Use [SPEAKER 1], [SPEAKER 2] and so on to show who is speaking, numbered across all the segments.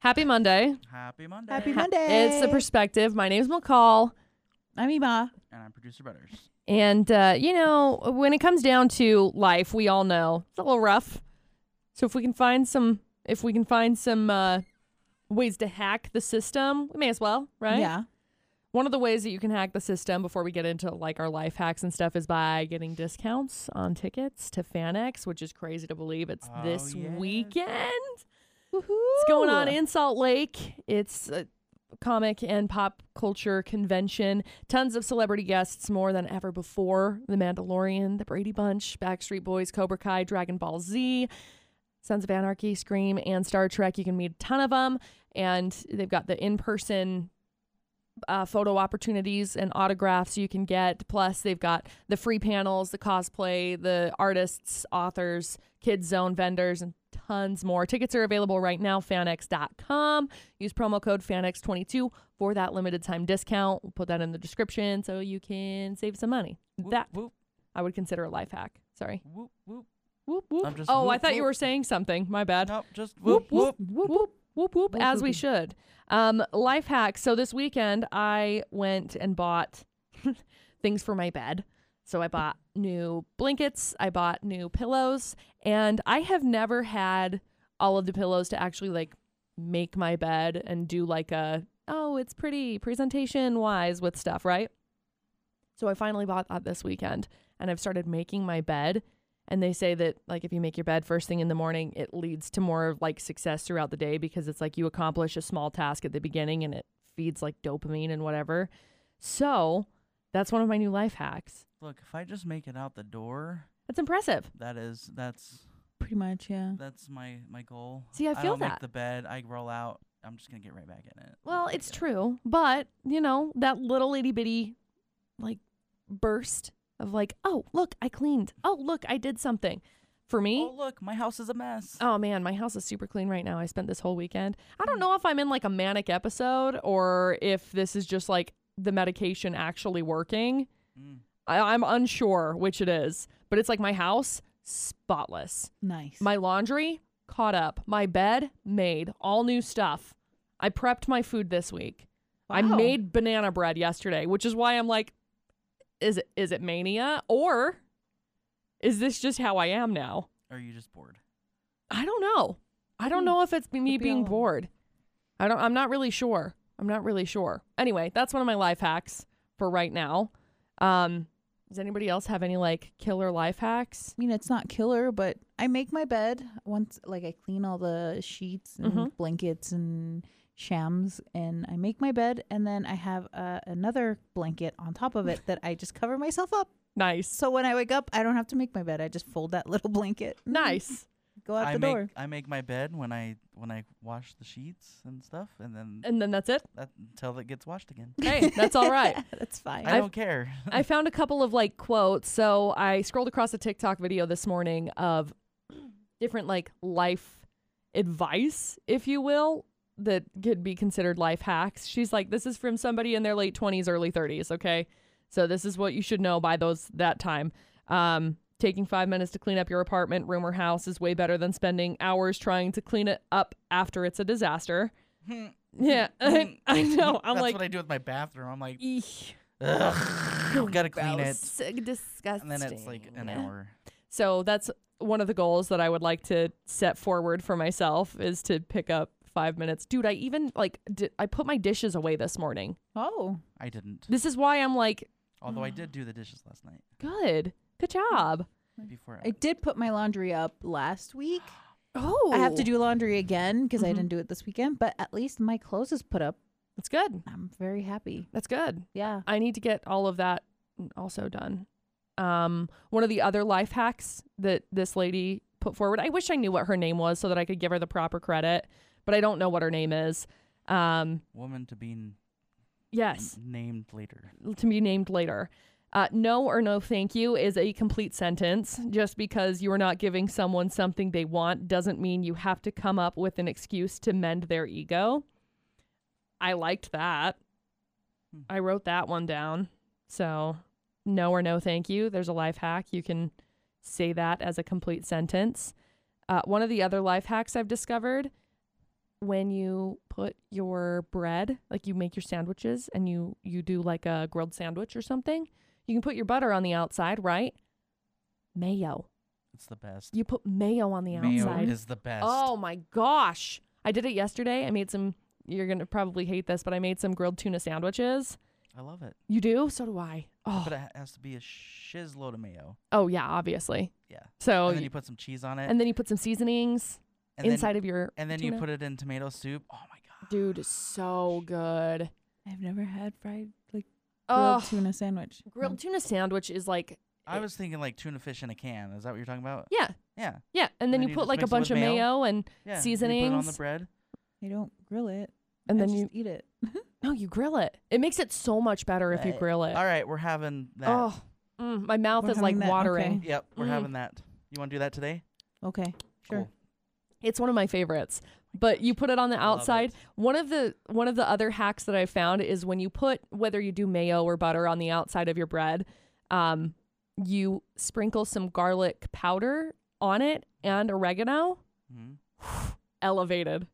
[SPEAKER 1] Happy Monday.
[SPEAKER 2] Happy Monday.
[SPEAKER 3] Happy
[SPEAKER 1] Ha-
[SPEAKER 3] Monday.
[SPEAKER 1] It's the perspective. My name's McCall.
[SPEAKER 3] I'm Ima.
[SPEAKER 2] And I'm producer Butters.
[SPEAKER 1] And, uh, you know, when it comes down to life, we all know it's a little rough. So if we can find some, if we can find some uh, ways to hack the system, we may as well, right?
[SPEAKER 3] Yeah.
[SPEAKER 1] One of the ways that you can hack the system before we get into like our life hacks and stuff is by getting discounts on tickets to FanX, which is crazy to believe. It's
[SPEAKER 2] Oh,
[SPEAKER 1] this
[SPEAKER 2] yes.
[SPEAKER 1] weekend.
[SPEAKER 3] Woohoo.
[SPEAKER 1] It's going on in Salt Lake. It's a comic and pop culture convention. Tons of celebrity guests more than ever before. The Mandalorian, The Brady Bunch, Backstreet Boys, Cobra Kai, Dragon Ball Z, Sons of Anarchy, Scream, and Star Trek. You can meet a ton of them. And they've got the in person uh, photo opportunities and autographs you can get. Plus, they've got the free panels, the cosplay, the artists, authors, kids zone vendors, and tons more. Tickets are available right now, fanx.com. Use promo code fanx22 for that limited time discount. We'll put that in the description so you can save some money.
[SPEAKER 2] Whoop,
[SPEAKER 1] That
[SPEAKER 2] Whoop,
[SPEAKER 1] I would consider a life hack. Sorry.
[SPEAKER 2] whoop, whoop.
[SPEAKER 1] Whoop, whoop.
[SPEAKER 2] I'm just
[SPEAKER 1] oh, I
[SPEAKER 2] whoop,
[SPEAKER 1] thought you
[SPEAKER 2] whoop.
[SPEAKER 1] were saying something. My bad
[SPEAKER 2] Nope, just
[SPEAKER 1] whoop whoop
[SPEAKER 2] whoop, whoop.
[SPEAKER 1] whoop whoop whoop whoop
[SPEAKER 3] Whoop,
[SPEAKER 1] as we
[SPEAKER 3] whooping.
[SPEAKER 1] should. Um, life hacks. So this weekend I went and bought things for my bed. So I bought new blankets, I bought new pillows, and I have never had all of the pillows to actually like make my bed and do like a oh it's pretty presentation wise with stuff, right? So I finally bought that this weekend and I've started making my bed and they say that like if you make your bed first thing in the morning it leads to more like success throughout the day because it's like you accomplish a small task at the beginning and it feeds like dopamine and whatever so that's one of my new life hacks
[SPEAKER 2] Look, if I just make it out the door,
[SPEAKER 1] that's impressive
[SPEAKER 2] that is that's
[SPEAKER 3] Pretty much, yeah.
[SPEAKER 2] that's my my goal.
[SPEAKER 1] See, I
[SPEAKER 2] I
[SPEAKER 1] feel
[SPEAKER 2] don't
[SPEAKER 1] that.
[SPEAKER 2] make the bed. I roll out. I'm just gonna get right back in it.
[SPEAKER 1] well
[SPEAKER 2] Like,
[SPEAKER 1] it's
[SPEAKER 2] yeah.
[SPEAKER 1] true but you know that little itty bitty like burst of like oh look i cleaned oh look i did something for me
[SPEAKER 2] Oh look, my house is a mess.
[SPEAKER 1] Oh man, my house is super clean right now. I spent this whole weekend. I don't know if I'm in like a manic episode or if this is just like the medication actually working.
[SPEAKER 2] Mm.
[SPEAKER 1] I, I'm unsure which it is, but it's like my house spotless.
[SPEAKER 3] Nice.
[SPEAKER 1] My laundry caught up. My bed made all new stuff. I prepped my food this week. I
[SPEAKER 3] Wow.
[SPEAKER 1] made banana bread yesterday, which is why I'm like, is it is it mania or is this just how I am now?
[SPEAKER 2] Are you just bored?
[SPEAKER 1] I don't know. I don't
[SPEAKER 3] Hmm.
[SPEAKER 1] know if it's me
[SPEAKER 3] be
[SPEAKER 1] being
[SPEAKER 3] all of 'em.
[SPEAKER 1] bored. I don't I'm not really sure. I'm not really sure. Anyway, that's one of my life hacks for right now. Um does anybody else have any like killer life hacks?
[SPEAKER 3] I mean, it's not killer, but I make my bed once, like, I clean all the sheets and
[SPEAKER 1] Mhm.
[SPEAKER 3] blankets and shams, and I make my bed, and then I have uh, another blanket on top of it that I just cover myself up.
[SPEAKER 1] Nice.
[SPEAKER 3] So when I wake up, I don't have to make my bed. I just fold that little blanket. and
[SPEAKER 1] Nice.
[SPEAKER 3] Go out
[SPEAKER 2] I
[SPEAKER 3] the
[SPEAKER 2] make
[SPEAKER 3] door.
[SPEAKER 2] I make my bed when I when I wash the sheets and stuff, and then
[SPEAKER 1] And then that's it.
[SPEAKER 2] that, until it gets washed again.
[SPEAKER 1] Hey, that's all right.
[SPEAKER 3] That's fine.
[SPEAKER 2] I
[SPEAKER 1] I've-
[SPEAKER 2] don't care.
[SPEAKER 1] I found a couple of like quotes. So I scrolled across a TikTok video this morning of different like life advice, if you will, that could be considered life hacks. She's like, this is from somebody in their late 20s, early 30s. Okay. So this is what you should know by those that time. Um, taking five minutes to clean up your apartment, room, or house is way better than spending hours trying to clean it up after it's a disaster. Yeah, I, I know. I'm
[SPEAKER 2] Mm. That's
[SPEAKER 1] like,
[SPEAKER 2] what I do with my bathroom. I'm like,
[SPEAKER 1] "Eek,
[SPEAKER 2] ugh, gotta clean it.
[SPEAKER 1] gross, disgusting.
[SPEAKER 2] And then it's like an hour.
[SPEAKER 1] So that's one of the goals that I would like to set forward for myself is to pick up five minutes. Dude, I even like di- I put my dishes away this morning.
[SPEAKER 3] oh,
[SPEAKER 2] I didn't.
[SPEAKER 1] This is why I'm like,
[SPEAKER 2] Although I did do the dishes last night
[SPEAKER 1] good, good job.
[SPEAKER 2] before
[SPEAKER 3] I did put my laundry up last week.
[SPEAKER 1] Oh,
[SPEAKER 3] I have to do laundry again because I
[SPEAKER 1] Mhm.
[SPEAKER 3] didn't do it this weekend, but at least my clothes is put up.
[SPEAKER 1] That's good.
[SPEAKER 3] I'm very happy.
[SPEAKER 1] That's good.
[SPEAKER 3] Yeah.
[SPEAKER 1] I need to get all of that also done. Um, one of the other life hacks that this lady put forward, I wish I knew what her name was so that I could give her the proper credit, but I don't know what her name is. Um,
[SPEAKER 2] woman to be n-
[SPEAKER 1] yes.
[SPEAKER 2] named later.
[SPEAKER 1] to be named later. Uh, no or no thank you is a complete sentence. Just because you are not giving someone something they want doesn't mean you have to come up with an excuse to mend their ego. I liked that.
[SPEAKER 2] Hmm.
[SPEAKER 1] I wrote that one down. So, no or no thank you. There's a life hack. You can say that as a complete sentence. Uh, one of the other life hacks I've discovered when you put your bread, like you make your sandwiches and you you do like a grilled sandwich or something, you can put your butter on the outside, right? Mayo.
[SPEAKER 2] It's the best.
[SPEAKER 1] You put mayo on the
[SPEAKER 2] Mayo
[SPEAKER 1] outside.
[SPEAKER 2] is the best.
[SPEAKER 1] Oh my gosh. I did it yesterday. I made some you're going to probably hate this, but I made some grilled tuna sandwiches.
[SPEAKER 2] I love it.
[SPEAKER 1] You do? So do I. Oh.
[SPEAKER 2] But it ha- has to be a shiz load of mayo.
[SPEAKER 1] Oh yeah, obviously.
[SPEAKER 2] Yeah.
[SPEAKER 1] So
[SPEAKER 2] and then you put some cheese on it.
[SPEAKER 1] Oh, and then you put some seasonings
[SPEAKER 2] and
[SPEAKER 1] inside of your
[SPEAKER 2] Then, and then
[SPEAKER 1] tuna.
[SPEAKER 2] you put it in tomato soup. Oh my god.
[SPEAKER 1] Dude, so good.
[SPEAKER 3] I've never had fried like grilled
[SPEAKER 1] Oh,
[SPEAKER 3] tuna sandwich.
[SPEAKER 1] grilled tuna sandwich is like
[SPEAKER 2] I
[SPEAKER 1] it-
[SPEAKER 2] was thinking like tuna fish in a can. Is that what you're talking about?
[SPEAKER 1] yeah,
[SPEAKER 2] Yeah.
[SPEAKER 1] yeah, and then
[SPEAKER 2] then
[SPEAKER 1] you,
[SPEAKER 2] you
[SPEAKER 1] put
[SPEAKER 2] just
[SPEAKER 1] like a
[SPEAKER 2] mix it with
[SPEAKER 1] bunch of
[SPEAKER 2] mayo.
[SPEAKER 1] mayo and
[SPEAKER 2] Yeah. You put it on the
[SPEAKER 1] Seasonings.
[SPEAKER 2] bread.
[SPEAKER 3] I don't grill it.
[SPEAKER 1] and
[SPEAKER 3] I
[SPEAKER 1] then
[SPEAKER 3] just
[SPEAKER 1] you
[SPEAKER 3] eat it.
[SPEAKER 1] no, you grill it. It makes it so much better if you
[SPEAKER 2] Right.
[SPEAKER 1] grill it.
[SPEAKER 2] All right, we're having that.
[SPEAKER 1] Oh, mm, my mouth
[SPEAKER 3] We're
[SPEAKER 1] is like
[SPEAKER 3] having that,
[SPEAKER 1] watering.
[SPEAKER 3] okay.
[SPEAKER 2] Yep, we're
[SPEAKER 1] Mm.
[SPEAKER 2] having that. You want to do that today?
[SPEAKER 3] Okay. Sure.
[SPEAKER 2] Cool.
[SPEAKER 1] It's one of my favorites. But you put it on the
[SPEAKER 2] I love
[SPEAKER 1] outside.
[SPEAKER 2] it.
[SPEAKER 1] One of the one of the other hacks that I found is when you put whether you do mayo or butter on the outside of your bread, um, you sprinkle some garlic powder on it and oregano.
[SPEAKER 2] Mhm,
[SPEAKER 1] Elevated,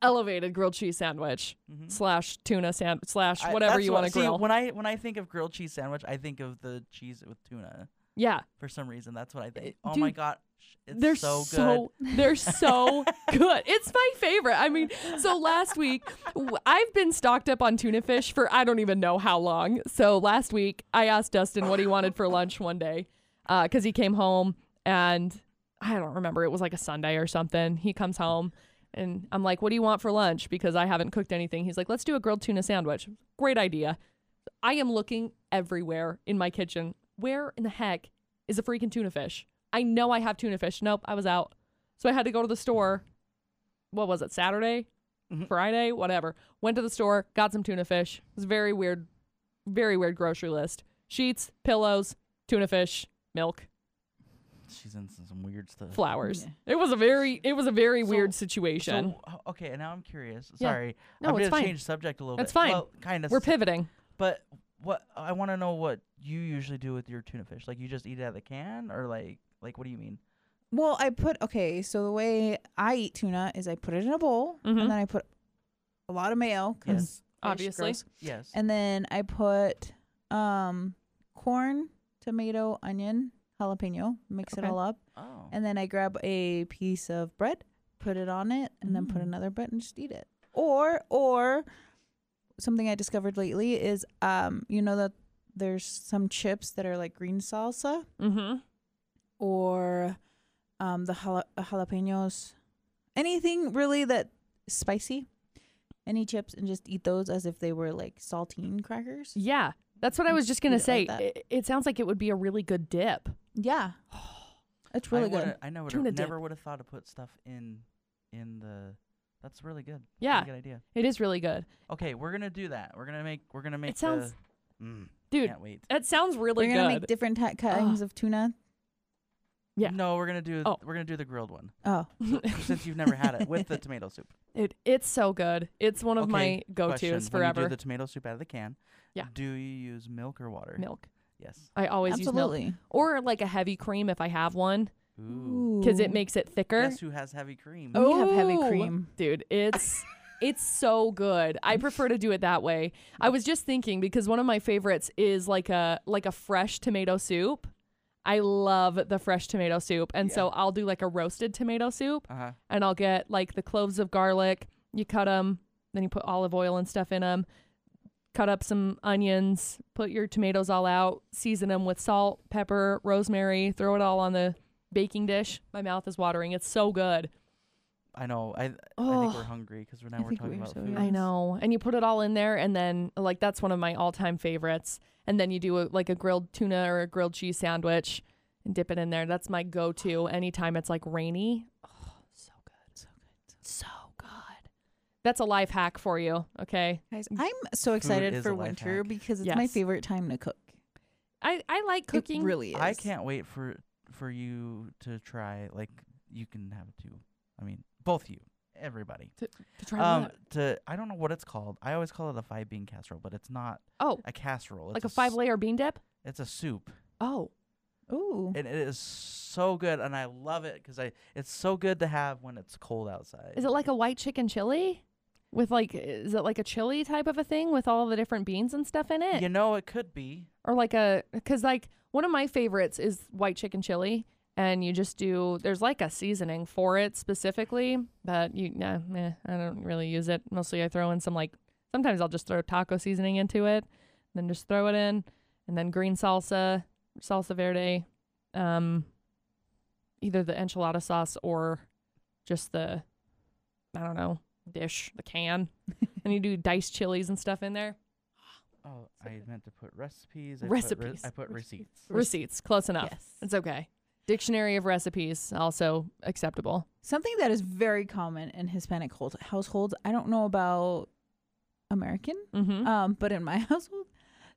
[SPEAKER 1] elevated grilled cheese sandwich.
[SPEAKER 2] mhm.
[SPEAKER 1] slash tuna sand slash
[SPEAKER 2] I-
[SPEAKER 1] whatever
[SPEAKER 2] that's
[SPEAKER 1] you
[SPEAKER 2] what-
[SPEAKER 1] want to
[SPEAKER 2] see,
[SPEAKER 1] grill.
[SPEAKER 2] When I when I think of grilled cheese sandwich, I think of the cheese with tuna.
[SPEAKER 1] yeah,
[SPEAKER 2] For some reason, that's what I think.
[SPEAKER 1] It-
[SPEAKER 2] Oh my
[SPEAKER 1] Eh, dude,
[SPEAKER 2] god, it's
[SPEAKER 1] they're
[SPEAKER 2] so, good.
[SPEAKER 1] so they're so good. It's my favorite. I mean, so last week w- I've been stocked up on tuna fish for I don't even know how long. So last week I asked Dustin what he wanted for lunch one day because he came home and I don't remember it was like a Sunday or something. He comes home. And I'm like, what do you want for lunch? Because I haven't cooked anything. He's like, let's do a grilled tuna sandwich. Great idea. I am looking everywhere in my kitchen. Where in the heck is a freaking tuna fish? I know I have tuna fish. Nope, I was out. So I had to go to the store. What was it? Saturday? Mm-hmm.
[SPEAKER 2] Mhm.
[SPEAKER 1] Friday? Whatever. Went to the store, got some tuna fish. It was a very weird, very weird grocery list. Sheets, pillows, tuna fish, milk,
[SPEAKER 2] She's in some some weird stuff.
[SPEAKER 1] flowers.
[SPEAKER 3] Yeah.
[SPEAKER 1] It was a very it was a very
[SPEAKER 2] So-
[SPEAKER 1] weird situation.
[SPEAKER 2] So, o- okay, and now I'm curious.
[SPEAKER 1] Yeah.
[SPEAKER 2] Sorry,
[SPEAKER 1] No,
[SPEAKER 2] I'm
[SPEAKER 1] it's
[SPEAKER 2] gonna
[SPEAKER 1] fine.
[SPEAKER 2] change subject a little
[SPEAKER 1] That's
[SPEAKER 2] bit.
[SPEAKER 1] fine.
[SPEAKER 2] Well, kind of.
[SPEAKER 1] We're pivoting.
[SPEAKER 2] But what I want to know what you usually do with your tuna fish? Like you just eat it out of the can, or like like what do you mean?
[SPEAKER 3] Well, I put okay. So the way I eat tuna is I put it in a bowl
[SPEAKER 1] Mhm.
[SPEAKER 3] and then I put a lot of mayo because
[SPEAKER 1] Obviously.
[SPEAKER 2] Yes.
[SPEAKER 3] And then I put um corn, tomato, onion, jalapeno, mix
[SPEAKER 1] Okay.
[SPEAKER 3] it all up,
[SPEAKER 2] oh.
[SPEAKER 3] and then I grab a piece of bread, put it on it, and then put
[SPEAKER 2] Mm.
[SPEAKER 3] another bread and just eat it. Or or something I discovered lately is um you know that there's some chips that are like green salsa
[SPEAKER 1] Mm-hmm.
[SPEAKER 3] or um, the jala- jalapenos, anything really that spicy, any chips, and just eat those as if they were like saltine crackers.
[SPEAKER 1] Yeah. That's what I was just gonna
[SPEAKER 3] Eat it
[SPEAKER 1] say.
[SPEAKER 3] like that.
[SPEAKER 1] it, it sounds like it would be a really good dip.
[SPEAKER 3] Yeah, it's really
[SPEAKER 2] I
[SPEAKER 3] good.
[SPEAKER 2] would've- I know.
[SPEAKER 1] Tuna
[SPEAKER 2] Would've,
[SPEAKER 1] dip.
[SPEAKER 2] never would have thought to put stuff in in the. That's really good.
[SPEAKER 1] Yeah.
[SPEAKER 2] Pretty good idea.
[SPEAKER 1] It is really good.
[SPEAKER 2] Okay, we're gonna do that. We're gonna make. We're gonna make.
[SPEAKER 1] sounds-
[SPEAKER 2] the, mm,
[SPEAKER 1] Dude,
[SPEAKER 2] Can't wait.
[SPEAKER 1] That sounds really
[SPEAKER 3] We're gonna
[SPEAKER 1] good.
[SPEAKER 3] make different ti- kinds
[SPEAKER 2] Ah.
[SPEAKER 3] of tuna.
[SPEAKER 1] yeah.
[SPEAKER 2] No, we're gonna do.
[SPEAKER 1] Oh.
[SPEAKER 2] We're gonna do the grilled one
[SPEAKER 3] Oh,
[SPEAKER 2] since you've never had it with the tomato soup.
[SPEAKER 1] It it's so good. It's one of my
[SPEAKER 2] Okay,
[SPEAKER 1] go
[SPEAKER 2] Question,
[SPEAKER 1] tos
[SPEAKER 2] When you
[SPEAKER 1] forever.
[SPEAKER 2] do the tomato soup out of the can.
[SPEAKER 1] Yeah.
[SPEAKER 2] Do you use milk or water?
[SPEAKER 1] milk.
[SPEAKER 2] Yes.
[SPEAKER 1] I always use milk
[SPEAKER 3] absolutely.
[SPEAKER 1] or like a heavy cream if I have one
[SPEAKER 2] Ooh.
[SPEAKER 1] because it makes it thicker.
[SPEAKER 2] Guess who has heavy cream?
[SPEAKER 1] Oh.
[SPEAKER 3] We have heavy
[SPEAKER 1] Ooh.
[SPEAKER 3] cream.
[SPEAKER 1] Dude, it's it's so good. I prefer to do it that way. I was just thinking because one of my favorites is like a like a fresh tomato soup. I love the fresh tomato soup. And so I'll do like a roasted tomato soup
[SPEAKER 2] Uh huh.
[SPEAKER 1] and I'll get like the cloves of garlic. You cut them, then you put olive oil and stuff in them. Cut up some onions, put your tomatoes all out, season them with salt, pepper, rosemary, throw it all on the baking dish. My mouth is watering. It's so good.
[SPEAKER 2] I know. I I think we're
[SPEAKER 1] Oh,
[SPEAKER 2] hungry because now
[SPEAKER 3] I
[SPEAKER 2] we're
[SPEAKER 3] think
[SPEAKER 2] talking
[SPEAKER 3] we're
[SPEAKER 2] about
[SPEAKER 3] so
[SPEAKER 2] food.
[SPEAKER 1] I know. And you put it all in there and then like that's one of my all-time favorites. And then you do a, like a grilled tuna or a grilled cheese sandwich and dip it in there. That's my go-to anytime it's like rainy. Oh, so good. So good. So good. That's a life hack for you, okay?
[SPEAKER 3] Guys, I'm so
[SPEAKER 2] is
[SPEAKER 3] excited
[SPEAKER 2] a
[SPEAKER 3] for
[SPEAKER 2] life
[SPEAKER 3] winter
[SPEAKER 2] hack.
[SPEAKER 3] because it's my
[SPEAKER 1] Yes.
[SPEAKER 3] favorite time to cook.
[SPEAKER 1] I, I like cooking.
[SPEAKER 3] It really is.
[SPEAKER 2] I can't wait for for you to try. Like you can have it too. I mean, both you, everybody.
[SPEAKER 1] to try
[SPEAKER 2] Um,
[SPEAKER 1] that.
[SPEAKER 2] to I don't know what it's called. I always call it a five bean casserole, but it's not
[SPEAKER 1] Oh,
[SPEAKER 2] a casserole. It's
[SPEAKER 1] like a
[SPEAKER 2] s-
[SPEAKER 1] five layer bean dip?
[SPEAKER 2] It's a soup.
[SPEAKER 1] Oh.
[SPEAKER 3] Ooh.
[SPEAKER 2] and it is so good, and I love it because I it's so good to have when it's cold outside.
[SPEAKER 1] Is it like a white chicken chili? With like, is it like a chili type of a thing with all the different beans and stuff in it?
[SPEAKER 2] you know, it could be.
[SPEAKER 1] Or like a, because like one of my favorites is white chicken chili. And you just do, there's like a seasoning for it specifically, but you, nah, meh, I don't really use it. Mostly I throw in some like, sometimes I'll just throw taco seasoning into it, then just throw it in, and then green salsa, salsa verde, um, either the enchilada sauce or just the, I don't know, dish, the can. and you do diced chilies and stuff in there.
[SPEAKER 2] Oh,
[SPEAKER 3] So
[SPEAKER 2] I
[SPEAKER 3] good.
[SPEAKER 2] meant to put recipes. I put re-
[SPEAKER 1] Recipes.
[SPEAKER 2] I put
[SPEAKER 3] Recipes.
[SPEAKER 2] receipts.
[SPEAKER 1] Receipts, close enough.
[SPEAKER 3] Yes.
[SPEAKER 1] It's okay. Dictionary of recipes also acceptable.
[SPEAKER 3] Something that is very common in Hispanic hold- households. I don't know about American,
[SPEAKER 1] Mm-hmm.
[SPEAKER 3] um, but in my household,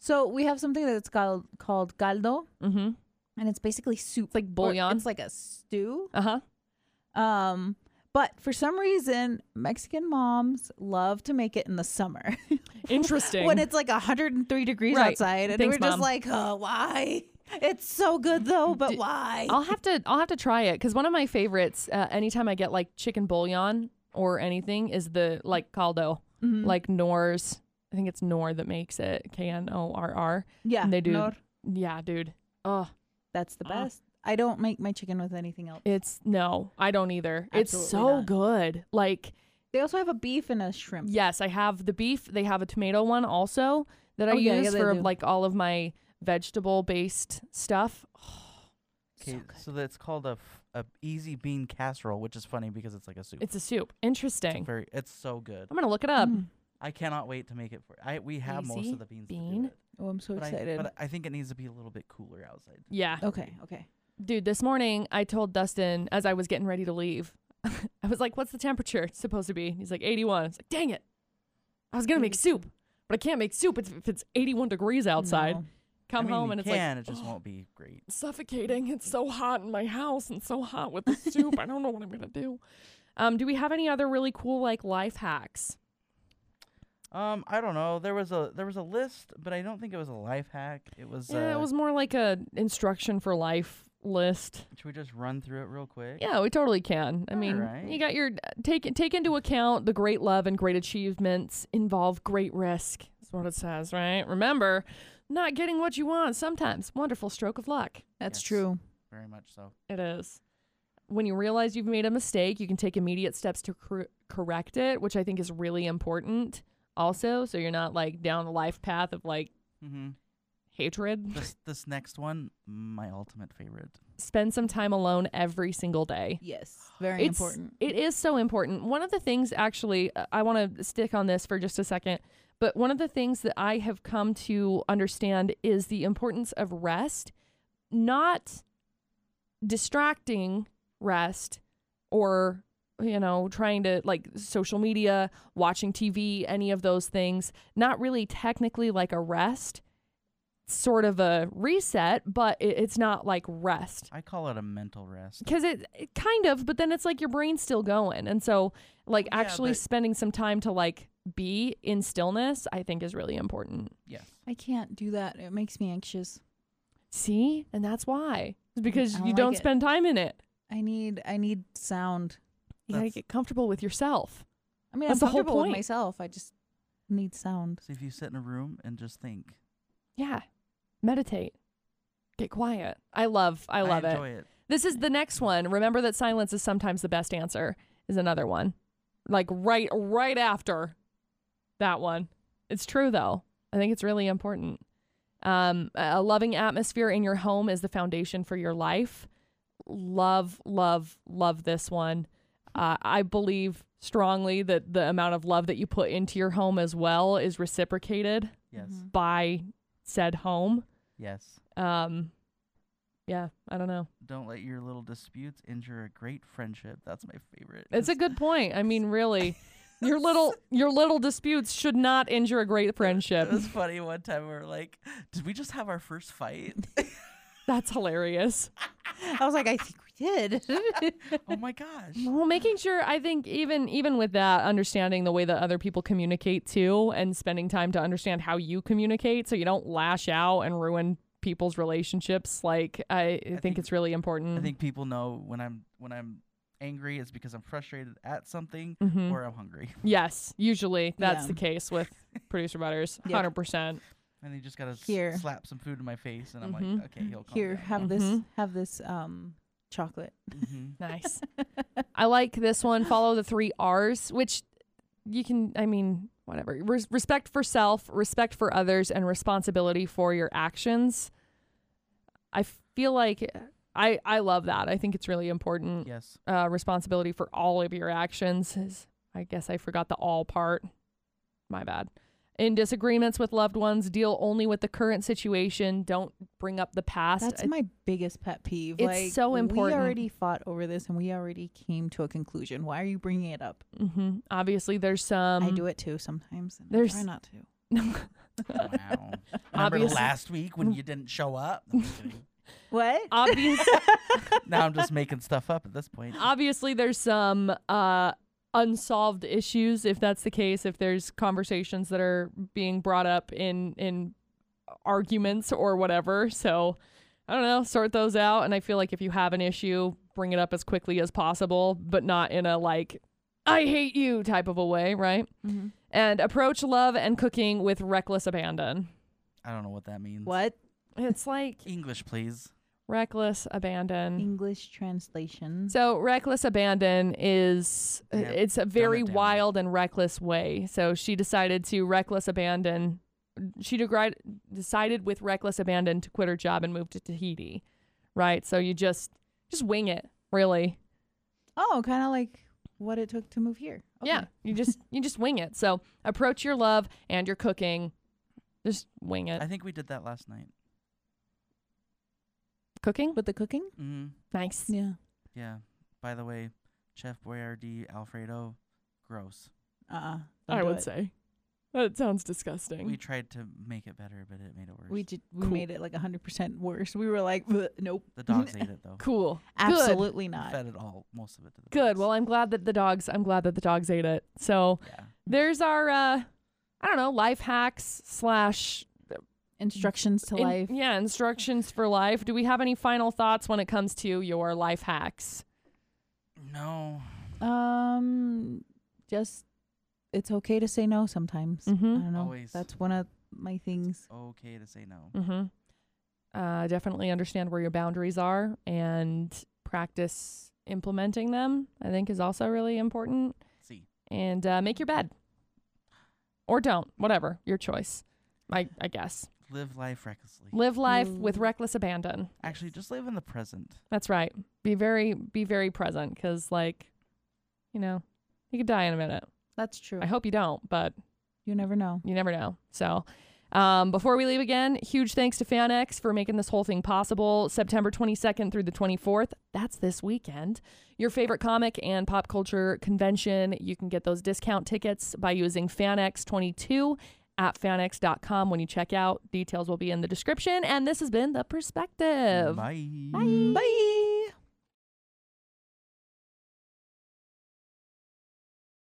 [SPEAKER 3] so we have something that's called called caldo,
[SPEAKER 1] mm-hmm.
[SPEAKER 3] and it's basically soup.
[SPEAKER 1] It's like bouillon.
[SPEAKER 3] It's like a stew.
[SPEAKER 1] Uh huh.
[SPEAKER 3] Um, but for some reason, Mexican moms love to make it in the summer
[SPEAKER 1] Interesting.
[SPEAKER 3] when it's like 103 degrees
[SPEAKER 1] Right.
[SPEAKER 3] outside, and
[SPEAKER 1] Thanks,
[SPEAKER 3] we're just
[SPEAKER 1] Mom.
[SPEAKER 3] like, oh, why? It's so good though, but
[SPEAKER 1] D-
[SPEAKER 3] why?
[SPEAKER 1] I'll have to I'll have to try it because one of my favorites. Uh, anytime I get like chicken bouillon or anything, is the like caldo,
[SPEAKER 2] Mm-hmm.
[SPEAKER 3] Mhm.
[SPEAKER 1] like Nor's. I think it's Nor that makes it. K N O R R.
[SPEAKER 3] yeah,
[SPEAKER 1] they do.
[SPEAKER 3] nor-
[SPEAKER 1] Yeah, dude. Oh,
[SPEAKER 3] That's the
[SPEAKER 1] Ah.
[SPEAKER 3] best. I don't make my chicken with anything else.
[SPEAKER 1] it's no, I don't either. it's
[SPEAKER 3] Absolutely
[SPEAKER 1] so
[SPEAKER 3] not.
[SPEAKER 1] good. Like
[SPEAKER 3] They also have a beef and a shrimp.
[SPEAKER 1] Yes, I have the beef. They have a tomato one also that I
[SPEAKER 3] Oh, yeah, yeah,
[SPEAKER 1] use
[SPEAKER 3] they
[SPEAKER 1] for
[SPEAKER 3] do.
[SPEAKER 1] like all of my vegetable based stuff.
[SPEAKER 2] Okay, so, that's called a, f- a easy bean casserole, which is funny because it's like a soup.
[SPEAKER 1] It's a soup.
[SPEAKER 2] It's a
[SPEAKER 1] Interesting.
[SPEAKER 2] very, it's so good.
[SPEAKER 1] I'm gonna look it up.
[SPEAKER 3] Mm.
[SPEAKER 2] I cannot wait to make it for. I we have most
[SPEAKER 1] Easy
[SPEAKER 2] of the beans. To
[SPEAKER 1] bean
[SPEAKER 2] do it,
[SPEAKER 3] Oh, I'm so
[SPEAKER 2] but, I,
[SPEAKER 3] excited.
[SPEAKER 2] but I think it needs to be a little bit cooler outside.
[SPEAKER 1] Yeah.
[SPEAKER 3] okay, okay.
[SPEAKER 1] Dude, this morning I told Dustin as I was getting ready to leave, I was like, What's the temperature it's supposed to be? And He's like, 81. It's like, Dang it. I was gonna make
[SPEAKER 3] 82.
[SPEAKER 1] soup, but I can't make soup if if it's 81 degrees outside.
[SPEAKER 3] No.
[SPEAKER 1] Come
[SPEAKER 2] I mean,
[SPEAKER 1] home
[SPEAKER 2] we
[SPEAKER 1] and it's like
[SPEAKER 2] can, it just won't be great.
[SPEAKER 1] suffocating. It's so hot in my house and so hot with the soup. I don't know what I'm gonna do. Um, do we have any other really cool like life hacks?
[SPEAKER 2] Um, I don't know. There was a there was a list, but I don't think it was a life hack. It was.
[SPEAKER 1] yeah,
[SPEAKER 2] uh,
[SPEAKER 1] it was more like a instruction for life list.
[SPEAKER 2] Should we just run through it real quick?
[SPEAKER 1] Yeah, we totally can. I mean,
[SPEAKER 2] Alright.
[SPEAKER 1] you got your take take into account the great love and great achievements involve great risk. That's what it says, right? Remember, not getting what you want is sometimes wonderful stroke of luck.
[SPEAKER 3] That's
[SPEAKER 2] Yes.
[SPEAKER 3] true.
[SPEAKER 2] Very much so.
[SPEAKER 1] It is. When you realize you've made a mistake, you can take immediate steps to cor- correct it, which I think is really important also. So you're not like down the life path of like
[SPEAKER 2] Mm-hmm.
[SPEAKER 1] hatred.
[SPEAKER 2] This this next one, my ultimate favorite.
[SPEAKER 1] Spend some time alone every single day.
[SPEAKER 3] Yes, very
[SPEAKER 1] It's-
[SPEAKER 3] important.
[SPEAKER 1] It is so important. One of the things, actually, uh, I want to stick on this for just a second, but one of the things that I have come to understand is the importance of rest, not distracting rest or, you know, trying to like social media, watching TV, any of those things, not really technically like a rest. Sort of a reset, but it, it's not like rest
[SPEAKER 2] I call it a mental rest.
[SPEAKER 1] because it, it kind of but then it's like your brain's still going and so like
[SPEAKER 2] Yeah,
[SPEAKER 1] actually
[SPEAKER 2] but-
[SPEAKER 1] spending some time to like be in stillness i think is really important
[SPEAKER 2] Yes.
[SPEAKER 3] I can't do that. It makes me anxious.
[SPEAKER 1] see and that's why it's because
[SPEAKER 3] I
[SPEAKER 1] you
[SPEAKER 3] don't
[SPEAKER 1] don't
[SPEAKER 3] like it.
[SPEAKER 1] spend time in it
[SPEAKER 3] I need I need sound.
[SPEAKER 1] you gotta
[SPEAKER 2] That's-
[SPEAKER 1] get comfortable with yourself
[SPEAKER 3] I mean,
[SPEAKER 1] That's the
[SPEAKER 3] I'm
[SPEAKER 1] whole
[SPEAKER 3] comfortable with
[SPEAKER 1] point.
[SPEAKER 3] myself. I just need sound.
[SPEAKER 2] So if you sit in a room and just think,
[SPEAKER 1] yeah meditate get quiet i love i love it
[SPEAKER 2] enjoy it.
[SPEAKER 1] This is the next one. Remember that silence is sometimes the best answer is another one. Like right right after that one. It's true though. I think it's really important. Um, a a loving atmosphere in your home is the foundation for your life. Love, love, love this one. Uh, I believe strongly that the amount of love that you put into your home as well is reciprocated
[SPEAKER 2] Yes.
[SPEAKER 1] Mm-hmm.
[SPEAKER 3] Mhm.
[SPEAKER 1] by said home.
[SPEAKER 2] Yes.
[SPEAKER 1] Um, yeah, I don't know.
[SPEAKER 2] Don't let your little disputes injure a great friendship. That's my favorite.
[SPEAKER 1] It's a
[SPEAKER 2] 'cause
[SPEAKER 1] good point. I mean, really, your little your little disputes should not injure a great friendship.
[SPEAKER 2] It was funny one time we were like, "Did we just have our first fight?"
[SPEAKER 1] That's hilarious.
[SPEAKER 3] Mm-hmm. I was like, I think we did.
[SPEAKER 2] oh my gosh!
[SPEAKER 1] Well, making sure I think even even with that, understanding the way that other people communicate too, and spending time to understand how you communicate, so you don't lash out and ruin people's relationships. Like I, I think
[SPEAKER 2] think-
[SPEAKER 1] it's really important.
[SPEAKER 2] I
[SPEAKER 3] Mm-hmm.
[SPEAKER 2] think people know when I'm when I'm angry it's because I'm frustrated at something
[SPEAKER 3] Mm-hmm.
[SPEAKER 1] Mhm.
[SPEAKER 2] or I'm hungry.
[SPEAKER 1] yes, usually that's
[SPEAKER 3] Yeah.
[SPEAKER 1] the case with producer butters.
[SPEAKER 3] Yeah.
[SPEAKER 1] Hundred percent.
[SPEAKER 2] And they just gotta s-
[SPEAKER 3] Here. Mm-hmm.
[SPEAKER 2] slap some food in my face, and I'm
[SPEAKER 1] Mhm.
[SPEAKER 2] like, okay, he'll calm
[SPEAKER 3] Here,
[SPEAKER 2] down.
[SPEAKER 3] have this.
[SPEAKER 1] Mhm.
[SPEAKER 3] Have this. Um, chocolate.
[SPEAKER 2] Mhm.
[SPEAKER 1] Nice. I like this one. Follow the three R's, which you can, I mean, whatever. Res- respect for self, respect for others, and responsibility for your actions. I feel like I I love that. I think it's really important.
[SPEAKER 2] Yes.
[SPEAKER 1] Uh, responsibility for all of your actions is. I guess I forgot the all part. My bad. In disagreements with loved ones, deal only with the current situation. Don't bring up the past.
[SPEAKER 3] That's
[SPEAKER 1] I-
[SPEAKER 3] my biggest pet peeve.
[SPEAKER 1] It's
[SPEAKER 3] like,
[SPEAKER 1] so important.
[SPEAKER 3] We already fought over this, and we already came to a conclusion. Why are you bringing it up?
[SPEAKER 1] Mhm. Obviously, there's some.
[SPEAKER 3] I do it too sometimes. And I
[SPEAKER 1] Um, there's-
[SPEAKER 3] try not to.
[SPEAKER 2] Wow. Remember
[SPEAKER 1] Obviously-
[SPEAKER 2] last week when you didn't show up? No, I'm just kidding.
[SPEAKER 3] What?
[SPEAKER 1] Obvious.
[SPEAKER 2] now I'm just making stuff up at this point.
[SPEAKER 1] obviously there's some uh unsolved issues if that's the case if there's conversations that are being brought up in in arguments or whatever so i don't know sort those out and i feel like if you have an issue bring it up as quickly as possible but not in a like i hate you type of a way right
[SPEAKER 3] Mm-hmm.
[SPEAKER 1] and approach love and cooking with reckless abandon
[SPEAKER 2] I don't know what that means.
[SPEAKER 3] What?
[SPEAKER 1] it's like
[SPEAKER 2] English, please.
[SPEAKER 1] reckless abandon
[SPEAKER 3] English translation.
[SPEAKER 1] So reckless abandon is uh,
[SPEAKER 2] Yeah,
[SPEAKER 1] it's a very
[SPEAKER 2] dumb it down.
[SPEAKER 1] wild and reckless way. So she decided to reckless abandon. She degri- decided with reckless abandon to quit her job and move to Tahiti. Right? So you just just wing it, really.
[SPEAKER 3] oh, kind of like what it took to move here.
[SPEAKER 1] Yeah.
[SPEAKER 3] Okay.
[SPEAKER 1] You just you just wing it. So approach your love and your cooking just wing
[SPEAKER 3] Uh,
[SPEAKER 1] it.
[SPEAKER 2] I think we did that last night.
[SPEAKER 1] cooking?
[SPEAKER 3] With the cooking?
[SPEAKER 2] Mm,
[SPEAKER 1] Nice.
[SPEAKER 3] Yeah.
[SPEAKER 2] yeah. By the way, Chef Boyardee Alfredo, gross.
[SPEAKER 3] Uh uh
[SPEAKER 1] I would say. That sounds disgusting.
[SPEAKER 2] We tried to make it better, but it made it worse.
[SPEAKER 3] We did, we
[SPEAKER 1] Cool.
[SPEAKER 3] made it like 100% worse. We were like, "Bleh, nope.
[SPEAKER 2] the dogs ate it though.
[SPEAKER 1] cool.
[SPEAKER 3] Absolutely
[SPEAKER 2] We
[SPEAKER 3] not.
[SPEAKER 2] Fed it all, most of it to the
[SPEAKER 1] Good.
[SPEAKER 2] dogs.
[SPEAKER 1] Well, I'm glad that the dogs I'm glad that the dogs ate it. So
[SPEAKER 2] yeah.
[SPEAKER 1] there's our uh i don't know life hacks slash
[SPEAKER 3] Instructions to
[SPEAKER 1] in-
[SPEAKER 3] life.
[SPEAKER 1] yeah instructions for life do we have any final thoughts when it comes to your life hacks
[SPEAKER 2] No.
[SPEAKER 1] Oh.
[SPEAKER 3] Um, just, it's okay to say no sometimes. I
[SPEAKER 1] mm-hmm
[SPEAKER 3] don't know.
[SPEAKER 2] Always.
[SPEAKER 3] That's one of my things.
[SPEAKER 2] Okay to say no.
[SPEAKER 1] mm-hmm uh definitely understand where your boundaries are and practice implementing them i think is also really important
[SPEAKER 2] See.
[SPEAKER 1] and uh, make your bed or don't whatever your choice I, I guess
[SPEAKER 2] Live life recklessly.
[SPEAKER 1] live life with
[SPEAKER 3] Mm.
[SPEAKER 1] reckless abandon
[SPEAKER 2] Actually, just live in the present.
[SPEAKER 1] That's right. Be very be very present cuz like you know, you could die in a minute.
[SPEAKER 3] That's true.
[SPEAKER 1] I hope you don't, but
[SPEAKER 3] you never know.
[SPEAKER 1] you never know. So, um, before we leave again, huge thanks to FanX for making this whole thing possible. September 22nd through the 24th, that's this weekend. Your favorite comic and pop culture convention, you can get those discount tickets by using FanX22 at fanx.com when you check out. Details will be in the description. And this has been The Perspective.
[SPEAKER 2] Bye.
[SPEAKER 3] Bye.